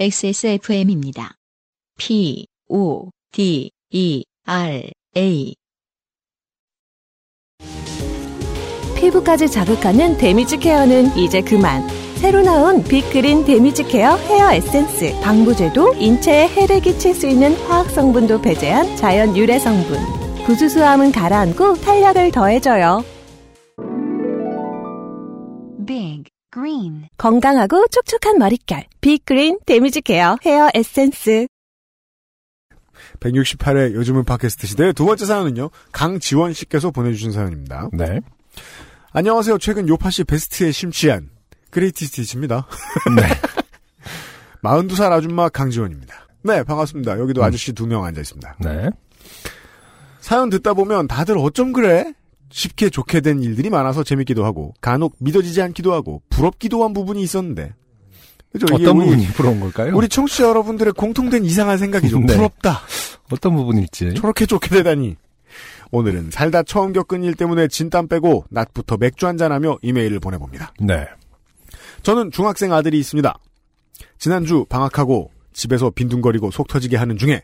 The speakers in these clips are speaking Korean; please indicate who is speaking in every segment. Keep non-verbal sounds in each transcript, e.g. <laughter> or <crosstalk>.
Speaker 1: XSFM입니다. P, O, D, E, R, A.
Speaker 2: 피부까지 자극하는 데미지 케어는 이제 그만. 새로 나온 빅그린 데미지 케어 헤어 에센스. 방부제도 인체에 해를 끼칠 수 있는 화학 성분도 배제한 자연 유래 성분. 부수수함은 가라앉고 탄력을 더해줘요.
Speaker 3: Big green.
Speaker 2: 건강하고 촉촉한 머릿결. 빅그린 데미지 케어 헤어 에센스.
Speaker 4: 168회 요즘은 팟캐스트 시대의 두 번째 사연은요. 강지원 씨께서 보내주신 사연입니다.
Speaker 5: 네.
Speaker 4: 안녕하세요. 최근 요파 씨 베스트에 심취한 그레이티스티치입니다.
Speaker 5: 네.
Speaker 4: 42살 아줌마 강지원입니다. 네, 반갑습니다. 여기도 아저씨 두 명 앉아 있습니다.
Speaker 5: 네.
Speaker 4: 사연 듣다 보면 다들 어쩜 그래? 쉽게 좋게 된 일들이 많아서 재밌기도 하고 간혹 믿어지지 않기도 하고 부럽기도 한 부분이 있었는데 그죠? 이게
Speaker 5: 어떤
Speaker 4: 우리-
Speaker 5: 부분이 부러운 걸까요?
Speaker 4: 우리 청취자 여러분들의 공통된 이상한 생각이죠.
Speaker 5: 네.
Speaker 4: 부럽다.
Speaker 5: 어떤 부분일지.
Speaker 4: 저렇게 좋게 되다니. 오늘은 살다 처음 겪은 일 때문에 진땀 빼고 낮부터 맥주 한잔하며 이메일을 보내봅니다.
Speaker 5: 네.
Speaker 4: 저는 중학생 아들이 있습니다. 지난주 방학하고 집에서 빈둥거리고 속 터지게 하는 중에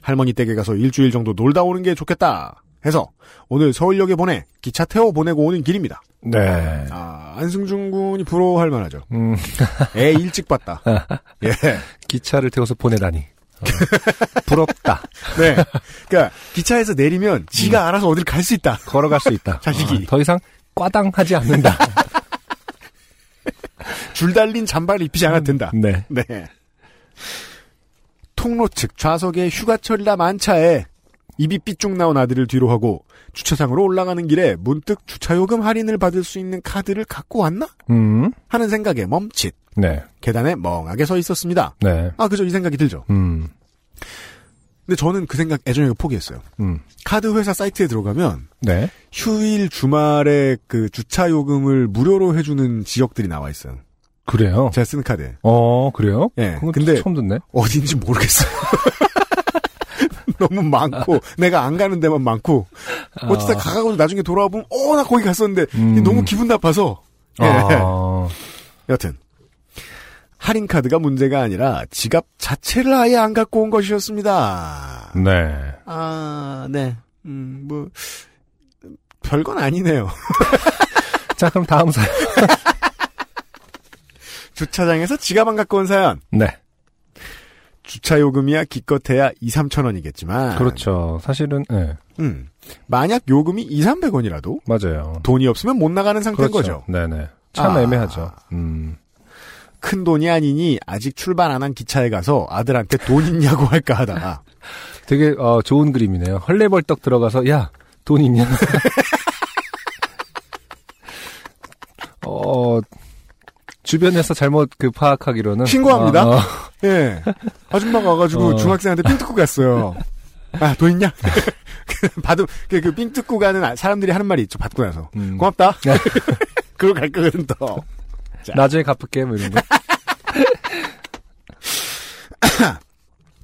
Speaker 4: 할머니 댁에 가서 일주일 정도 놀다 오는 게 좋겠다 해서 오늘 서울역에 보내 기차 태워 보내고 오는 길입니다.
Speaker 5: 네.
Speaker 4: 아, 안승준 군이 부러워할 만하죠.
Speaker 5: 음,
Speaker 4: <laughs> 애 일찍 봤다. 예.
Speaker 5: 기차를 태워서 보내다니.
Speaker 4: <laughs>
Speaker 5: 어, 부럽다.
Speaker 4: 네. 그러니까 기차에서 내리면 지가 알아서 어딜 갈 수 있다.
Speaker 5: 걸어갈 수 있다.
Speaker 4: 자식이.
Speaker 5: 어, 더 이상 꽈당하지
Speaker 4: <laughs>
Speaker 5: 않는다.
Speaker 4: 줄 달린 잠바를 입히지 않아도 된다.
Speaker 5: 네.
Speaker 4: 네. 통로 측 좌석에 휴가철이라 만차에 입이 삐쭉 나온 아들을 뒤로 하고 주차장으로 올라가는 길에 문득 주차요금 할인을 받을 수 있는 카드를 갖고 왔나?
Speaker 5: 음.
Speaker 4: 하는 생각에 멈칫.
Speaker 5: 네.
Speaker 4: 계단에 멍하게 서 있었습니다.
Speaker 5: 네.
Speaker 4: 아, 그죠. 이 생각이 들죠.
Speaker 5: 음.
Speaker 4: 근데 저는 그 생각 애정에 포기했어요.
Speaker 5: 음.
Speaker 4: 카드 회사 사이트에 들어가면
Speaker 5: 네.
Speaker 4: 휴일 주말에 그 주차요금을 무료로 해주는 지역들이 나와 있어요.
Speaker 5: 그래요.
Speaker 4: 제가 쓴 카드에.
Speaker 5: 어, 그래요?
Speaker 4: 예,
Speaker 5: 그건
Speaker 4: 근데-
Speaker 5: 처음 듣네.
Speaker 4: 어딘지 모르겠어요. <laughs> 너무 많고 내가 안 가는 데만 많고 어쨌든
Speaker 5: 아.
Speaker 4: 가가고 나중에 돌아와 보면 어 나 거기 갔었는데
Speaker 5: 음.
Speaker 4: 너무 기분 나빠서 예.
Speaker 5: 아,
Speaker 4: <laughs> 여튼 할인 카드가 문제가 아니라 지갑 자체를 아예 안 갖고 온 것이었습니다.
Speaker 5: 네.
Speaker 4: 아 네, 음뭐 별건 아니네요. <laughs>
Speaker 5: 자, 그럼 다음 사연.
Speaker 4: 주차장에서 지갑 안 갖고 온 사연.
Speaker 5: 네.
Speaker 4: 주차 요금이야 기껏해야 2, 3천 원이겠지만
Speaker 5: 그렇죠. 사실은, 네.
Speaker 4: 음 만약 요금이 2, 300원이라도
Speaker 5: 맞아요. 그렇죠.
Speaker 4: 돈이 없으면 못 나가는 상태인 거죠.
Speaker 5: 네네. 참
Speaker 4: 아.
Speaker 5: 애매하죠. 음.
Speaker 4: 큰 돈이 아니니 아직 출발 안 한 기차에 가서 아들한테 돈 있냐고 할까 하다가
Speaker 5: 되게 어, 좋은 그림이네요. 헐레벌떡 들어가서 야 돈 있냐? <laughs> 어 주변에서 잘못 그 파악하기로는
Speaker 4: 신고합니다.
Speaker 5: 어, 어,
Speaker 4: <laughs> 예 아줌마가 와가지고
Speaker 5: 어.
Speaker 4: 중학생한테 삥 뜯고 갔어요. <laughs> 아 돈 있냐? <laughs> 받음 그삥 뜯고 가는 아- 사람들이 하는 말이 있죠. 받고 나서
Speaker 5: 음.
Speaker 4: <laughs> 고맙다. 그러고 갈 거거든 또.
Speaker 5: 나중에 갚을게 뭐
Speaker 4: <laughs>
Speaker 5: 이런 거.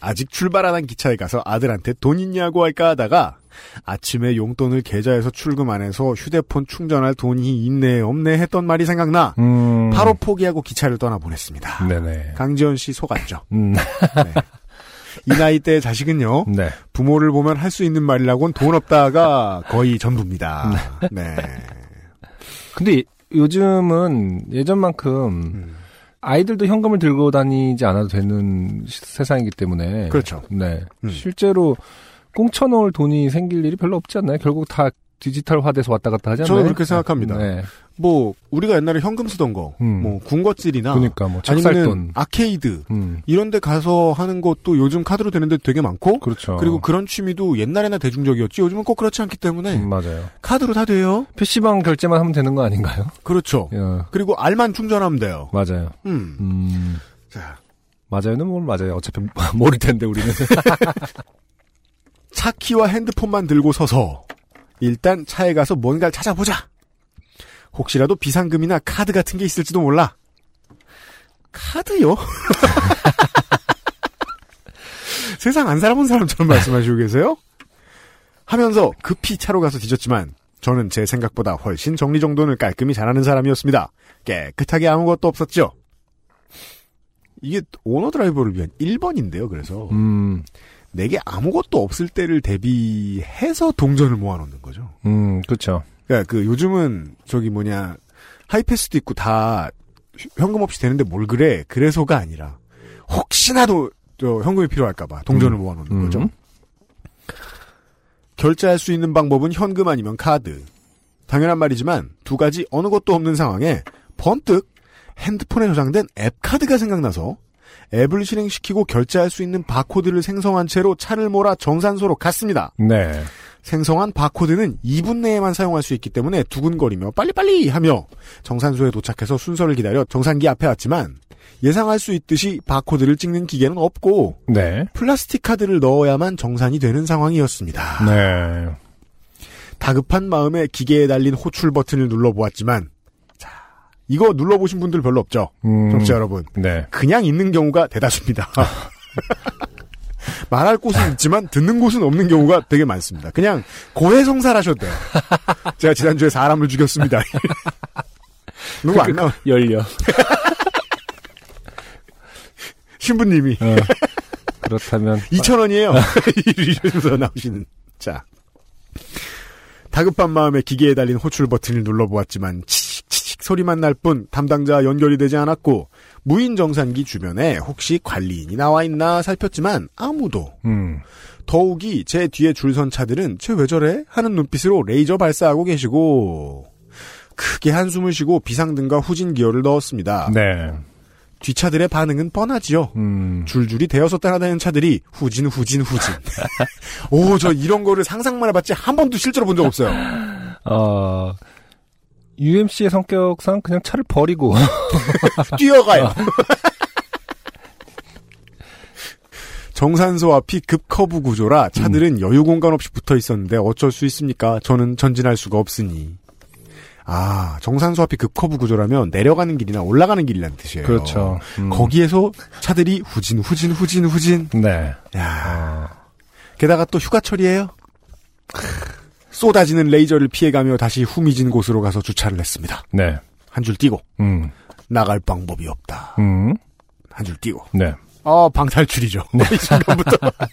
Speaker 4: 아직 출발 안 한 기차에 가서 아들한테 돈 있냐고 할까 하다가 아침에 용돈을 계좌에서 출금 안 해서 휴대폰 충전할 돈이 있네 없네 했던 말이 생각나
Speaker 5: 음.
Speaker 4: 바로 포기하고 기차를 떠나 보냈습니다.
Speaker 5: 네네.
Speaker 4: 강지원 씨 속았죠.
Speaker 5: 음.
Speaker 4: 이 나이 때 자식은요
Speaker 5: 네.
Speaker 4: 부모를 보면 할 수 있는 말이라곤 돈 없다가 거의 전부입니다. 네.
Speaker 5: 근데 요즘은 예전만큼
Speaker 4: 음,
Speaker 5: 아이들도 현금을 들고 다니지 않아도 되는 시- 세상이기 때문에
Speaker 4: 그렇죠.
Speaker 5: 네.
Speaker 4: 음.
Speaker 5: 실제로 꽁쳐놓을 돈이 생길 일이 별로 없지 않나요? 결국 다 디지털화돼서 왔다 갔다 하지 않나요?
Speaker 4: 저는 그렇게 생각합니다.
Speaker 5: 네.
Speaker 4: 뭐 우리가 옛날에 현금 쓰던 거,
Speaker 5: 음.
Speaker 4: 뭐 군것질이나
Speaker 5: 그러니까 뭐
Speaker 4: 아니면
Speaker 5: 착살돈.
Speaker 4: 아케이드
Speaker 5: 음.
Speaker 4: 이런데 가서 하는 것도 요즘 카드로 되는데 되게 많고
Speaker 5: 그렇죠.
Speaker 4: 그리고 그런 취미도 옛날에나 대중적이었지 요즘은 꼭 그렇지 않기 때문에
Speaker 5: 음, 맞아요.
Speaker 4: 카드로 다 돼요.
Speaker 5: PC방 결제만 하면 되는 거 아닌가요?
Speaker 4: 그렇죠.
Speaker 5: 예.
Speaker 4: 그리고 알만 충전하면 돼요.
Speaker 5: 맞아요.
Speaker 4: 음.
Speaker 5: 음.
Speaker 4: 자,
Speaker 5: 맞아요는 뭘 맞아요. 어차피 <laughs> 모를
Speaker 4: <laughs>
Speaker 5: 텐데 우리는.
Speaker 4: 차 키와 핸드폰만 들고 서서 일단 차에 가서 뭔가를 찾아보자. 혹시라도 비상금이나 카드 같은 게 있을지도 몰라. 카드요? <laughs> 세상 안 살아본 사람처럼 말씀하시고 계세요? 하면서 급히 차로 가서 뒤졌지만 저는 제 생각보다 훨씬 정리정돈을 깔끔히 잘하는 사람이었습니다. 깨끗하게 아무것도 없었죠. 이게 오너 드라이버를 위한 1번인데요. 그래서
Speaker 5: 음,
Speaker 4: 내게 아무것도 없을 때를 대비해서 동전을 모아놓는 거죠.
Speaker 5: 음, 그렇죠.
Speaker 4: 그러니까 그 요즘은 저기 뭐냐 하이패스도 있고 다 현금 없이 되는데 뭘 그래 그래서가 아니라 혹시나도 저 현금이 필요할까봐 동전을 모아놓는
Speaker 5: 음.
Speaker 4: 거죠. 결제할 수 있는 방법은 현금 아니면 카드. 당연한 말이지만 두 가지 어느 것도 없는 상황에 번뜩 핸드폰에 저장된 앱 카드가 생각나서 앱을 실행시키고 결제할 수 있는 바코드를 생성한 채로 차를 몰아 정산소로 갔습니다.
Speaker 5: 네.
Speaker 4: 생성한 바코드는 2분 내에만 사용할 수 있기 때문에 두근거리며 빨리빨리 하며 정산소에 도착해서 순서를 기다려 정산기 앞에 왔지만 예상할 수 있듯이 바코드를 찍는 기계는 없고
Speaker 5: 네.
Speaker 4: 플라스틱 카드를 넣어야만 정산이 되는 상황이었습니다.
Speaker 5: 네.
Speaker 4: 다급한 마음에 기계에 달린 호출 버튼을 눌러보았지만 자, 이거 눌러보신 분들 별로 없죠?
Speaker 5: 음,
Speaker 4: 정치 여러분.
Speaker 5: 네.
Speaker 4: 그냥 있는 경우가 대다수입니다. <laughs> 말할 곳은 있지만 듣는 곳은 없는 경우가 되게 많습니다. 그냥 고해성사를 하셔도 돼요. 제가 지난주에 사람을 죽였습니다. 누구 안 나와.
Speaker 5: 열려.
Speaker 4: 신부님이
Speaker 5: 어. 그렇다면
Speaker 4: 2,000원이에요. <laughs> 이러면서 나오시는. 자. 다급한 마음에 기계에 달린 호출 버튼을 눌러보았지만 치익치익 소리만 날 뿐 담당자 연결이 되지 않았고 무인 정산기 주변에 혹시 관리인이 나와 있나 살폈지만 아무도
Speaker 5: 음.
Speaker 4: 더욱이 제 뒤에 줄 선 차들은 쟤 왜 저래? 하는 눈빛으로 레이저 발사하고 계시고 크게 한숨을 쉬고 비상등과 후진 기어를 넣었습니다.
Speaker 5: 네.
Speaker 4: 뒷차들의 반응은 뻔하지요.
Speaker 5: 음.
Speaker 4: 줄줄이 대여섯 따라다니는 차들이 후진 후진 후진. 오 저 이런 거를 상상만 해봤지 한 번도 실제로 본 적 없어요.
Speaker 5: 어, UMC의 성격상 그냥 차를 버리고. <laughs>
Speaker 4: 뛰어가요. <laughs> 정산소 앞이 급커브 구조라 차들은 여유 공간 없이 붙어 있었는데 어쩔 수 있습니까? 저는 전진할 수가 없으니. 아, 정산소 앞이 급커브 구조라면 내려가는 길이나 올라가는 길이란 뜻이에요.
Speaker 5: 그렇죠. 음.
Speaker 4: 거기에서 차들이 후진, 후진, 후진, 후진.
Speaker 5: 네.
Speaker 4: 야 게다가 또 휴가철이에요. 크, 쏟아지는 레이저를 피해가며 다시 후미진 곳으로 가서 주차를 했습니다.
Speaker 5: 네.
Speaker 4: 한 줄 뛰고,
Speaker 5: 음.
Speaker 4: 나갈 방법이 없다.
Speaker 5: 음.
Speaker 4: 한 줄 뛰고.
Speaker 5: 네.
Speaker 4: 어, 방탈출이죠. 이 순간부터. <laughs>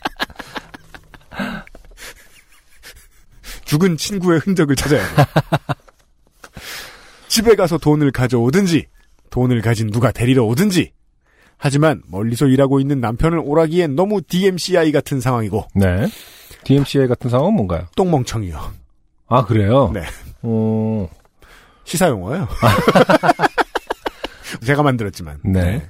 Speaker 4: 죽은 친구의 흔적을 찾아야 돼. 집에 가서 돈을 가져오든지, 돈을 가진 누가 데리러 오든지. 하지만 멀리서 일하고 있는 남편을 오라기엔 너무 DMCI 같은 상황이고,
Speaker 5: 네. DMCA 같은 상황은 뭔가요?
Speaker 4: 똥멍청이요.
Speaker 5: 아, 그래요?
Speaker 4: 네.
Speaker 5: 어,
Speaker 4: <laughs> 시사용어예요. 제가 만들었지만.
Speaker 5: 네.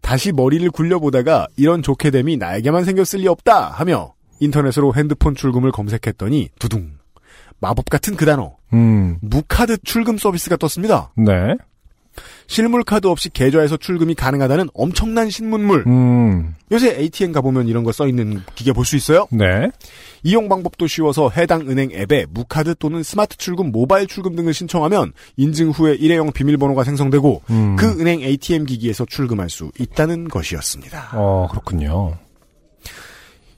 Speaker 4: 다시 머리를 굴려보다가 이런 좋게 됨이 나에게만 생겼을 리 없다 하며 인터넷으로 핸드폰 출금을 검색했더니 두둥 마법 같은 그 단어
Speaker 5: 음.
Speaker 4: 무카드 출금 서비스가 떴습니다.
Speaker 5: 네.
Speaker 4: 실물 카드 없이 계좌에서 출금이 가능하다는 엄청난 신문물.
Speaker 5: 음.
Speaker 4: 요새 ATM 가보면 이런 거 써 있는 기계 볼 수 있어요.
Speaker 5: 네.
Speaker 4: 이용 방법도 쉬워서 해당 은행 앱에 무카드 또는 스마트 출금, 모바일 출금 등을 신청하면 인증 후에 일회용 비밀번호가 생성되고
Speaker 5: 음.
Speaker 4: 그 은행 ATM 기기에서 출금할 수 있다는 것이었습니다.
Speaker 5: 어, 그렇군요.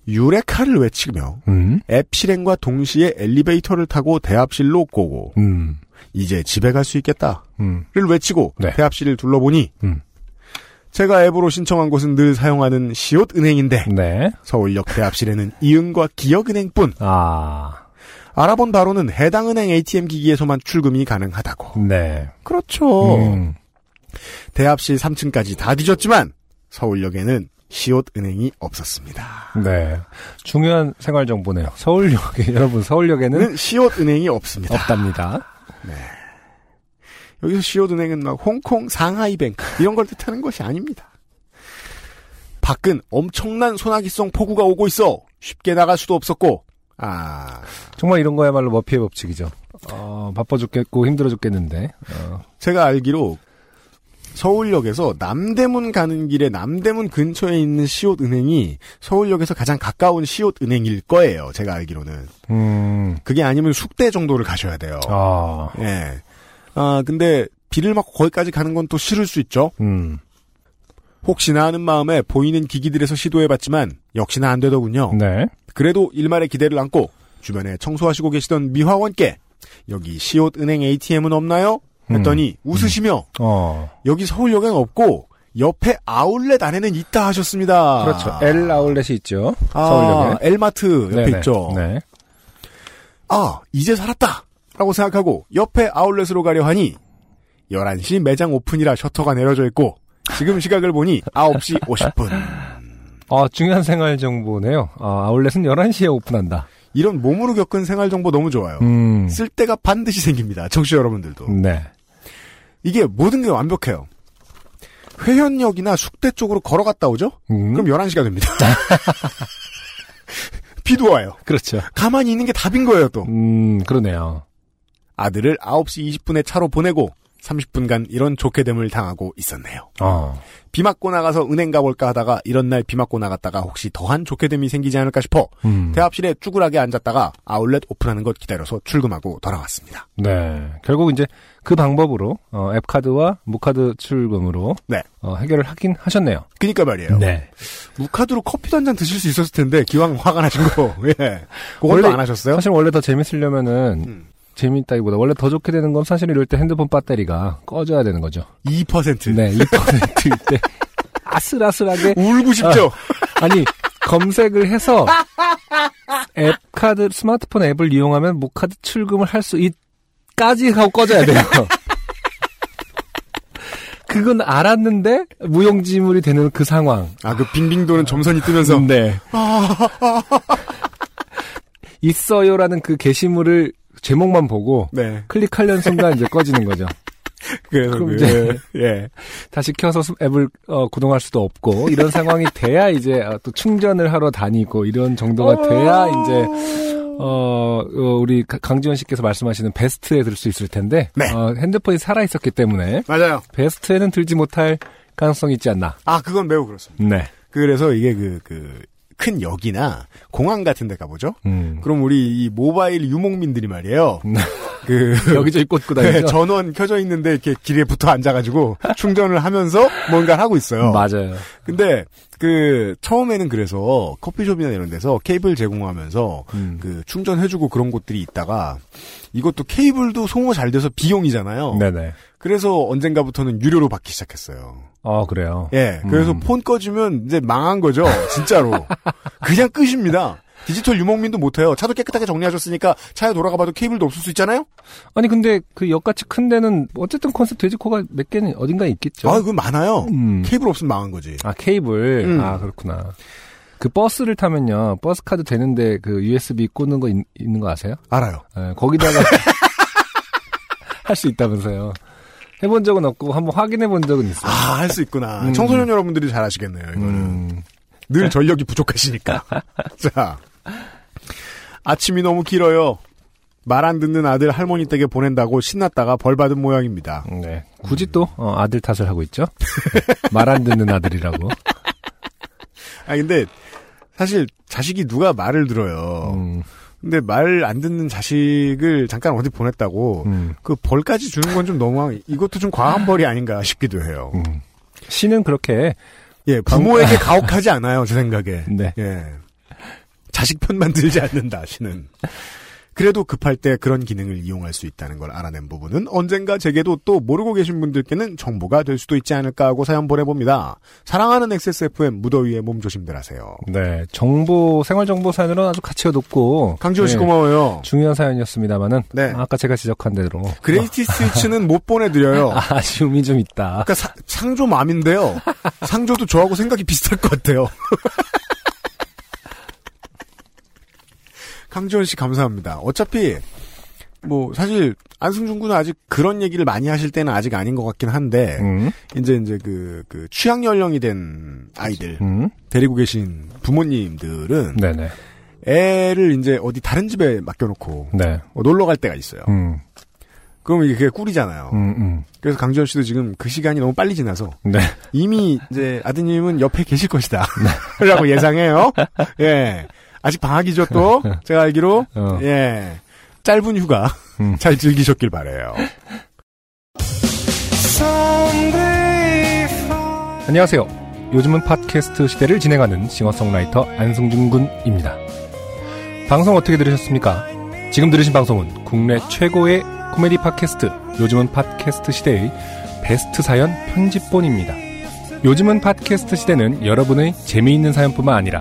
Speaker 4: 유레카를 외치며
Speaker 5: 음.
Speaker 4: 앱 실행과 동시에 엘리베이터를 타고 대합실로 꼬고
Speaker 5: 음.
Speaker 4: 이제 집에 갈 수 있겠다를
Speaker 5: 음.
Speaker 4: 외치고
Speaker 5: 네.
Speaker 4: 대합실을 둘러보니
Speaker 5: 음.
Speaker 4: 제가 앱으로 신청한 곳은 늘 사용하는 시옷 은행인데
Speaker 5: 네.
Speaker 4: 서울역 대합실에는 이응과 기역은행뿐
Speaker 5: 아.
Speaker 4: 알아본 바로는 해당 은행 ATM 기기에서만 출금이 가능하다고.
Speaker 5: 네.
Speaker 4: 그렇죠.
Speaker 5: 음.
Speaker 4: 대합실 3층까지 다 뒤졌지만 서울역에는 시옷 은행이 없었습니다.
Speaker 5: 네. 중요한 생활 정보네요. 서울역에, <laughs> 여러분, 서울역에는
Speaker 4: 는 시옷 은행이 없습니다.
Speaker 5: 없답니다.
Speaker 4: 여기서 시옷은행은 막 홍콩, 상하이뱅크 이런 걸 뜻하는 것이 아닙니다. 밖은 엄청난 소나기성 폭우가 오고 있어 쉽게 나갈 수도 없었고 아
Speaker 5: 정말 이런 거야말로 머피의 법칙이죠. 어, 바빠 죽겠고 힘들어 죽겠는데. 어,
Speaker 4: 제가 알기로 서울역에서 남대문 가는 길에 남대문 근처에 있는 시옷은행이 서울역에서 가장 가까운 시옷은행일 거예요. 제가 알기로는
Speaker 5: 음.
Speaker 4: 그게 아니면 숙대 정도를 가셔야 돼요.
Speaker 5: 아.
Speaker 4: 예. 아 근데 비를 맞고 거기까지 가는 건 또 싫을 수 있죠.
Speaker 5: 음.
Speaker 4: 혹시나 하는 마음에 보이는 기기들에서 시도해봤지만 역시나 안 되더군요.
Speaker 5: 네.
Speaker 4: 그래도 일말의 기대를 안고 주변에 청소하시고 계시던 미화원께 여기
Speaker 5: 음.
Speaker 4: 시옷은행 ATM은 없나요? 했더니 웃으시며
Speaker 5: 어.
Speaker 4: 여기 서울역엔 없고 옆에 아울렛 안에는 있다 하셨습니다.
Speaker 5: 그렇죠. L 아울렛이 있죠.
Speaker 4: 아,
Speaker 5: 서울역에.
Speaker 4: 엘마트 옆에
Speaker 5: 네네.
Speaker 4: 있죠.
Speaker 5: 네.
Speaker 4: 아, 이제 살았다! 라고 생각하고 옆에 아울렛으로 가려 하니 11시 매장 오픈이라 셔터가 내려져 있고 지금 시각을 보니 9시 50분.
Speaker 5: 아, 중요한 생활 정보네요. 아, 아울렛은 11시에 오픈한다.
Speaker 4: 이런 몸으로 겪은 생활 정보 너무 좋아요.
Speaker 5: 음.
Speaker 4: 쓸 때가 반드시 생깁니다. 청취자 여러분들도.
Speaker 5: 네.
Speaker 4: 이게 모든 게 완벽해요. 회현역이나 숙대 쪽으로 걸어갔다 오죠?
Speaker 5: 음.
Speaker 4: 그럼 11시가 됩니다. <laughs> 비도 와요.
Speaker 5: 그렇죠.
Speaker 4: 가만히 있는 게 답인 거예요, 또.
Speaker 5: 음, 그러네요.
Speaker 4: 아들을 9시 20분에 차로 보내고 30분간 이런 좋게 됨을 당하고 있었네요.
Speaker 5: 어.
Speaker 4: 비 맞고 나가서 은행 가볼까 하다가 이런 날 비 맞고 나갔다가 혹시 더한 좋게 됨이 생기지 않을까 싶어
Speaker 5: 음.
Speaker 4: 대합실에 쭈그하게 앉았다가 아울렛 오픈하는 것 기다려서 출금하고 돌아왔습니다.
Speaker 5: 네. 결국 이제 그 방법으로 어, 앱카드와 무카드 출금으로
Speaker 4: 네.
Speaker 5: 어, 해결을 하긴 하셨네요.
Speaker 4: 그니까 말이에요.
Speaker 5: 네.
Speaker 4: 무카드로 커피도 한 잔 드실 수 있었을 텐데 기왕 화가 나신 거 <laughs> 예. 그걸로
Speaker 5: 원래-
Speaker 4: 안 하셨어요?
Speaker 5: 사실 원래 더 재밌으려면은
Speaker 4: 음.
Speaker 5: 재밌다기보다 원래 더 좋게 되는 건 사실 이럴 때 핸드폰 배터리가 꺼져야 되는 거죠.
Speaker 4: 2%. <laughs>
Speaker 5: 네, 2%일 때 아슬아슬하게
Speaker 4: 울고 싶죠?
Speaker 5: 아니 검색을 해서 앱 카드 스마트폰 앱을 이용하면 무카드 출금을 할 수 있까지 하고 꺼져야 돼요. <laughs> 그건 알았는데 무용지물이 되는 그 상황.
Speaker 4: 아, 그 빙빙 도는 점선이 뜨면서
Speaker 5: 네.
Speaker 4: 아.
Speaker 5: <laughs> 있어요라는 그 게시물을 제목만 보고
Speaker 4: 네.
Speaker 5: 클릭하려는 순간 이제
Speaker 4: <laughs>
Speaker 5: 꺼지는 거죠.
Speaker 4: 그래서
Speaker 5: 그럼
Speaker 4: 그,
Speaker 5: 이제-
Speaker 4: <laughs> 예.
Speaker 5: 다시 켜서 스- 앱을 어, 구동할 수도 없고 이런 상황이 돼야 이제 어, 또 충전을 하러 다니고 이런
Speaker 4: 어.
Speaker 5: 정도가 돼야 이제 어, 어, 우리 가- 강지원 씨께서 말씀하시는 베스트에 들 수 있을 텐데
Speaker 4: 네.
Speaker 5: 어, 핸드폰이 살아 있었기 때문에
Speaker 4: 맞아요.
Speaker 5: 베스트에는 들지 못할 가능성이 있지 않나.
Speaker 4: 아, 그건 매우 그렇습니다.
Speaker 5: 네.
Speaker 4: 그래서 이게 그, 그, 큰 역이나 공항 같은 데 가보죠?
Speaker 5: 음.
Speaker 4: 그럼 우리 이 모바일 유목민들이 말이에요. 그,
Speaker 5: 네. <laughs> 여기저기 꽂고
Speaker 4: 네,
Speaker 5: 다니죠.
Speaker 4: 전원 켜져 있는데 이렇게 길에 붙어 앉아가지고 충전을 하면서 뭔가를 하고 있어요.
Speaker 5: 맞아요.
Speaker 4: 근데 그 처음에는 그래서 커피숍이나 이런 데서 케이블 제공하면서
Speaker 5: 음.
Speaker 4: 그 충전해주고 그런 곳들이 있다가 이것도 케이블도 소모 잘 돼서 비용이잖아요.
Speaker 5: 네네.
Speaker 4: 그래서 언젠가부터는 유료로 받기 시작했어요.
Speaker 5: 아 그래요.
Speaker 4: 예, 그래서
Speaker 5: 음.
Speaker 4: 폰 꺼지면 이제 망한 거죠.
Speaker 5: <laughs>
Speaker 4: 진짜로. 그냥 끝입니다. 디지털 유목민도 못해요. 차도 깨끗하게 정리하셨으니까 차에 돌아가 봐도 케이블도 없을 수 있잖아요?
Speaker 5: 아니 근데 그 역같이 큰 데는 어쨌든 컨셉 돼지코가 몇 개는 어딘가에 있겠죠.
Speaker 4: 아, 그건 많아요.
Speaker 5: 그렇죠. 음.
Speaker 4: 케이블 없으면 망한 거지.
Speaker 5: 아 케이블
Speaker 4: 음.
Speaker 5: 아 그렇구나 그 버스를 타면요 버스 카드 되는데 그 USB 꽂는 거 있, 는거 아세요?
Speaker 4: 알아요. <laughs>
Speaker 5: 예, 거기다가 할 수 있다면서요 해본 적은 없고 한번 확인해 본 적은 있어요
Speaker 4: 아, 할 수 있구나.
Speaker 5: 음.
Speaker 4: 청소년 여러분들이 잘 아시겠네요, 이거는.
Speaker 5: 음,
Speaker 4: 늘 전력이
Speaker 5: <laughs>
Speaker 4: 부족하시니까. 자. 아침이 너무 길어요. 말 안 듣는 아들 할머니 댁에 보낸다고 신났다가 벌 받은 모양입니다.
Speaker 5: 네 굳이 또 어, 아들 탓을 하고 있죠 말 안
Speaker 4: <laughs>
Speaker 5: 듣는 아들이라고
Speaker 4: 어. 아 근데 사실 자식이 누가 말을 들어요.
Speaker 5: 음,
Speaker 4: 근데 말 안 듣는 자식을 잠깐 어디 보냈다고
Speaker 5: 음,
Speaker 4: 그 벌까지 주는 건 좀 너무 이것도 좀 과한 벌이 아닌가 싶기도 해요.
Speaker 5: 음. 씨는 그렇게
Speaker 4: 예, 부모에게 가혹하지 않아요, 제 생각에.
Speaker 5: 네.
Speaker 4: 예. 자식 편만 들지 않는다, 씨는. 그래도 급할 때 그런 기능을 이용할 수 있다는 걸 알아낸 부분은 언젠가 제게도 또 모르고 계신 분들께는 정보가 될 수도 있지 않을까 하고 사연 보내봅니다. 사랑하는 XSFM 무더위에 몸 조심들 하세요.
Speaker 5: 네 정보 생활 정보 사연으로 아주 가치가 높고
Speaker 4: 강지호 씨
Speaker 5: 네,
Speaker 4: 고마워요.
Speaker 5: 중요한 사연이었습니다만은
Speaker 4: 네.
Speaker 5: 아까 제가 지적한 대로
Speaker 4: 그레이티 스위치는 못 보내드려요.
Speaker 5: <laughs> 아쉬움이 좀 있다.
Speaker 4: 그러니까 사- 상조 맘인데요. 상조도 저하고 생각이 비슷할 것 같아요. <laughs> 강지원 씨 감사합니다. 어차피 뭐 사실 안승준 군은 아직 그런 얘기를 많이 하실 때는 아직 아닌 것 같긴 한데
Speaker 5: 음.
Speaker 4: 이제 이제 그, 그 취향 연령이 된 아이들
Speaker 5: 음.
Speaker 4: 데리고 계신 부모님들은
Speaker 5: 네네.
Speaker 4: 애를 이제 어디 다른 집에 맡겨놓고
Speaker 5: 네.
Speaker 4: 어, 놀러 갈 때가 있어요.
Speaker 5: 음.
Speaker 4: 그럼 이게 그게 꿀이잖아요.
Speaker 5: 음.
Speaker 4: 그래서 강지원 씨도 지금 그 시간이 너무 빨리 지나서
Speaker 5: 음. 네.
Speaker 4: 이미 이제 아드님은 옆에 계실 것이다. <laughs> 라고 예상해요. 예. 아직 방학이죠, 또. 제가 알기로.
Speaker 5: 어.
Speaker 4: 예. 짧은 휴가
Speaker 5: 음.
Speaker 4: 잘 즐기셨길 바래요.
Speaker 5: 안녕하세요. 요즘은 팟캐스트 시대를 진행하는 싱어송라이터 안승준 군입니다. 방송 어떻게 들으셨습니까? 지금 들으신 방송은 국내 최고의 코미디 팟캐스트 요즘은 팟캐스트 시대의 베스트 사연 편집본입니다. 요즘은 팟캐스트 시대는 여러분의 재미있는 사연뿐만 아니라